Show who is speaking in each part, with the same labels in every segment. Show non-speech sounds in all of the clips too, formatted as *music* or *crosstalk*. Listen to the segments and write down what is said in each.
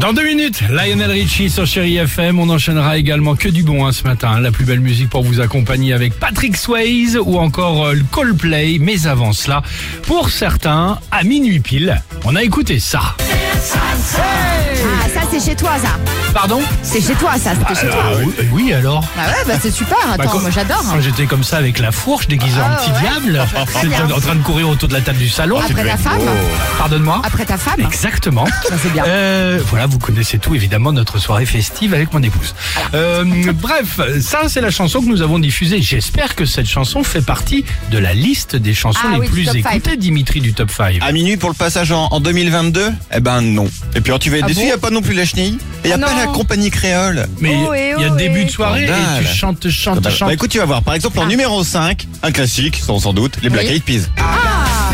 Speaker 1: Dans deux minutes, Lionel Richie sur Chéri FM. On enchaînera également que du bon hein, ce matin. La plus belle musique pour vous accompagner avec Patrick Swayze ou encore euh, le Coldplay. Mais avant cela, pour certains, à minuit pile, on a écouté ça.
Speaker 2: Ah, ça c'est chez toi ça.
Speaker 1: Pardon
Speaker 2: C'est chez toi ça, c'était chez toi.
Speaker 1: Alors, Ah, oui, eh oui, alors
Speaker 2: Ah ouais, bah c'est super,
Speaker 1: Bah,
Speaker 2: attends,
Speaker 1: quand-
Speaker 2: moi j'adore. hein.
Speaker 1: Quand j'étais comme ça avec la fourche déguisée en
Speaker 2: Ah,
Speaker 1: petit
Speaker 2: ouais. *laughs*
Speaker 1: diable,
Speaker 2: Très bien.
Speaker 1: j'étais en train de courir autour de la table du salon. Oh.
Speaker 2: Après ta femme
Speaker 1: Pardonne-moi.
Speaker 2: Après ta femme
Speaker 1: Exactement.
Speaker 2: Ah, Ça, c'est bien.
Speaker 1: Euh, voilà, vous connaissez tout, évidemment, notre soirée festive avec mon épouse. Euh, bref, ça, c'est la chanson que nous avons diffusée. J'espère que cette chanson fait partie de la liste des chansons
Speaker 2: Ah
Speaker 1: les
Speaker 2: oui, du
Speaker 1: plus
Speaker 2: top five. Ah.
Speaker 1: écoutées, Dimitri, du top 5.
Speaker 3: À minuit pour le passage en, en 2022 Eh ben non. Et puis alors tu vas être
Speaker 2: Ah
Speaker 3: déçu,
Speaker 2: bon
Speaker 3: il n'y a pas non plus la chenille. Et il n'y a
Speaker 2: Ah
Speaker 3: pas
Speaker 2: non.
Speaker 3: la compagnie créole.
Speaker 1: Mais il
Speaker 2: Oh, eh,
Speaker 1: y a
Speaker 2: oh,
Speaker 1: début
Speaker 2: eh.
Speaker 1: de soirée et tu
Speaker 3: Scandale.
Speaker 1: chantes, chantes,
Speaker 3: Bah,
Speaker 1: chantes.
Speaker 3: bah, écoute, tu vas voir. Par exemple, en numéro 5, un classique, sans, sans doute, les Black
Speaker 2: Ah. Oui. Ah.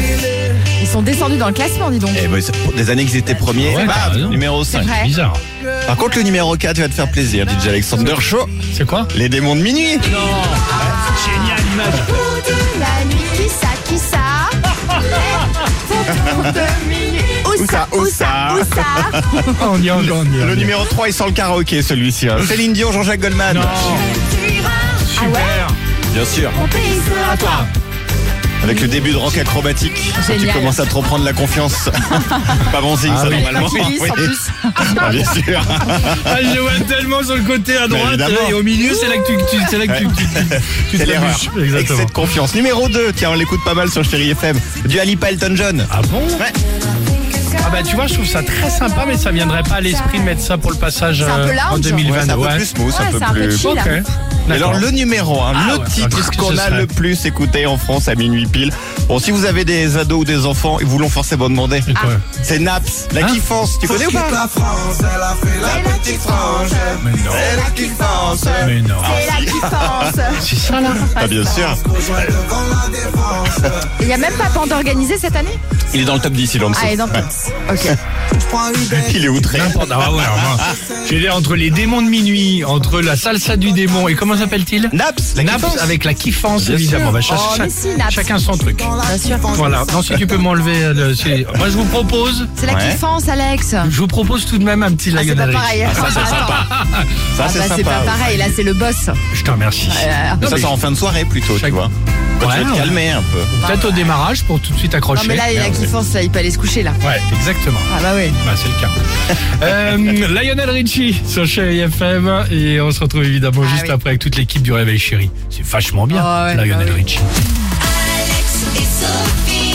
Speaker 3: Eyed Peas.
Speaker 2: Ils sont descendus dans le classement, dis donc.
Speaker 3: Eh ben, c'est- pour des années qu'ils étaient premiers,
Speaker 1: Ouais,
Speaker 3: bam,
Speaker 1: t'as raison.
Speaker 3: numéro 5.
Speaker 2: bah, vrai. Ah.
Speaker 1: C'est bizarre.
Speaker 3: Par contre, le numéro 4 va te faire plaisir, DJ Alexander Show,
Speaker 1: C'est quoi
Speaker 3: les démons de minuit.
Speaker 1: Non
Speaker 2: Ah.
Speaker 1: Génial image
Speaker 2: ben. La nuit, qui ça, qui *laughs* ça Où ça, où ça, où ça
Speaker 1: Ah, On y est, on y est, on y est.
Speaker 3: Le numéro 3 est sans le karaoké, celui-ci. hein. Céline Dion, Jean-Jacques Goldman.
Speaker 1: Non
Speaker 2: Ah
Speaker 1: Super
Speaker 3: Bien sûr.
Speaker 1: À toi
Speaker 3: Avec le début de rock acrobatique, tu
Speaker 2: Génial.
Speaker 3: commences à trop prendre
Speaker 2: *laughs*
Speaker 3: la confiance. Pas bon signe,
Speaker 1: Ah
Speaker 3: ça,
Speaker 1: oui.
Speaker 3: normalement.
Speaker 2: Police, en
Speaker 3: Oui.
Speaker 2: plus.
Speaker 3: Ah, bien sûr.
Speaker 1: Ah, je vois tellement sur le côté à droite
Speaker 3: évidemment.
Speaker 1: euh, et au milieu, c'est là que tu, tu- c'est là que tu, tu- tu- tu
Speaker 3: C'est
Speaker 1: te
Speaker 3: l'erreur.
Speaker 1: bouches.
Speaker 3: Excès
Speaker 1: Exactement.
Speaker 3: de confiance. Numéro 2, tiens, on l'écoute pas mal sur Chéri FM. Du Alipa Elton John.
Speaker 1: Ah bon
Speaker 3: Ouais.
Speaker 1: Ah bah tu vois, je trouve ça très sympa, mais ça viendrait pas à l'esprit de mettre ça pour le passage
Speaker 2: C'est un peu
Speaker 1: euh, en
Speaker 2: lounge.
Speaker 1: 2022.
Speaker 3: Ouais, c'est un peu
Speaker 1: ouais.
Speaker 3: plus smooth,
Speaker 2: Ouais, c'est
Speaker 3: un
Speaker 2: un
Speaker 3: peu
Speaker 2: peu
Speaker 3: plus.
Speaker 2: chill.
Speaker 1: Ok.
Speaker 3: Et
Speaker 1: D'accord.
Speaker 3: alors le numéro 1,
Speaker 1: Ah
Speaker 3: le
Speaker 1: ouais, qu'est-ce
Speaker 3: titre
Speaker 1: que
Speaker 3: qu'on
Speaker 1: ce
Speaker 3: a
Speaker 1: serait
Speaker 3: le plus écouté en France à minuit pile. Bon, si vous avez des ados ou des enfants, ils vous l'ont forcément demandé.
Speaker 1: C'est quoi
Speaker 3: C'est Naps, la
Speaker 1: Hein
Speaker 3: kiffance. Tu connais ou pas
Speaker 4: La France, elle a fait la petite frange.
Speaker 1: Mais non.
Speaker 4: Elle a kiffance.
Speaker 1: Mais non.
Speaker 2: C'est la différence.
Speaker 1: C'est ça là
Speaker 3: Ah, bien sûr.
Speaker 4: Qu'on joue devant la défense.
Speaker 2: Il n'y a même pas Panda organisé cette année
Speaker 3: Il est dans le top 10, il est en dessous.
Speaker 2: Ah, et dans
Speaker 3: Ouais.
Speaker 2: Ok.
Speaker 4: Je prends une bête.
Speaker 3: *laughs* Il est outré.
Speaker 1: N'importe ah ouais, alors, moi, Je veux dire, entre les démons de minuit, entre la salsa du démon et comment s'appelle-t-il
Speaker 3: Naps, la
Speaker 1: Naps
Speaker 3: kiffance.
Speaker 1: avec la kiffance
Speaker 3: Bien
Speaker 1: évidemment.
Speaker 3: sûr.
Speaker 1: Bah, chaque-
Speaker 2: Oh, mais
Speaker 1: chaque-
Speaker 2: si, Naps.
Speaker 1: chacun son truc.
Speaker 2: Bien sûr.
Speaker 1: Voilà. Non si tu peux m'enlever euh, le. c'est- Moi je vous propose.
Speaker 2: C'est la
Speaker 3: Ouais.
Speaker 2: kiffance, Alex. Ah,
Speaker 1: Je vous propose tout de même un petit
Speaker 2: c'est
Speaker 1: Lionel
Speaker 2: pas
Speaker 1: Richie.
Speaker 2: pareil.
Speaker 3: Ça,
Speaker 2: Ah,
Speaker 3: c'est
Speaker 2: bah,
Speaker 3: sympa.
Speaker 2: c'est pas
Speaker 3: ouais.
Speaker 2: pareil, là, c'est le boss.
Speaker 1: *laughs* Je te remercie.
Speaker 2: Euh,
Speaker 1: Non,
Speaker 3: Ça,
Speaker 1: mais
Speaker 3: c'est en fin de soirée plutôt,
Speaker 1: Chaque-
Speaker 3: tu vois. Bah,
Speaker 1: Ouais,
Speaker 3: tu vas
Speaker 1: ouais.
Speaker 3: te calmer un peu.
Speaker 1: Peut-être au démarrage pour tout de suite
Speaker 2: Non,
Speaker 1: accrocher.
Speaker 2: mais là, la kiffance, là, il peut aller se coucher, là.
Speaker 1: Ouais, exactement.
Speaker 2: Ah, bah oui.
Speaker 1: Bah, c'est le
Speaker 2: *laughs*
Speaker 1: cas. Euh, Lionel Richie sur Chéri FM et on se retrouve évidemment
Speaker 2: Ah
Speaker 1: juste
Speaker 2: oui. Oh,
Speaker 1: après avec toute l'équipe du Réveil Chéri. C'est vachement bien,
Speaker 2: Ah ouais,
Speaker 1: Lionel
Speaker 2: bah oui.
Speaker 1: Richie.
Speaker 5: Alex et Sophie.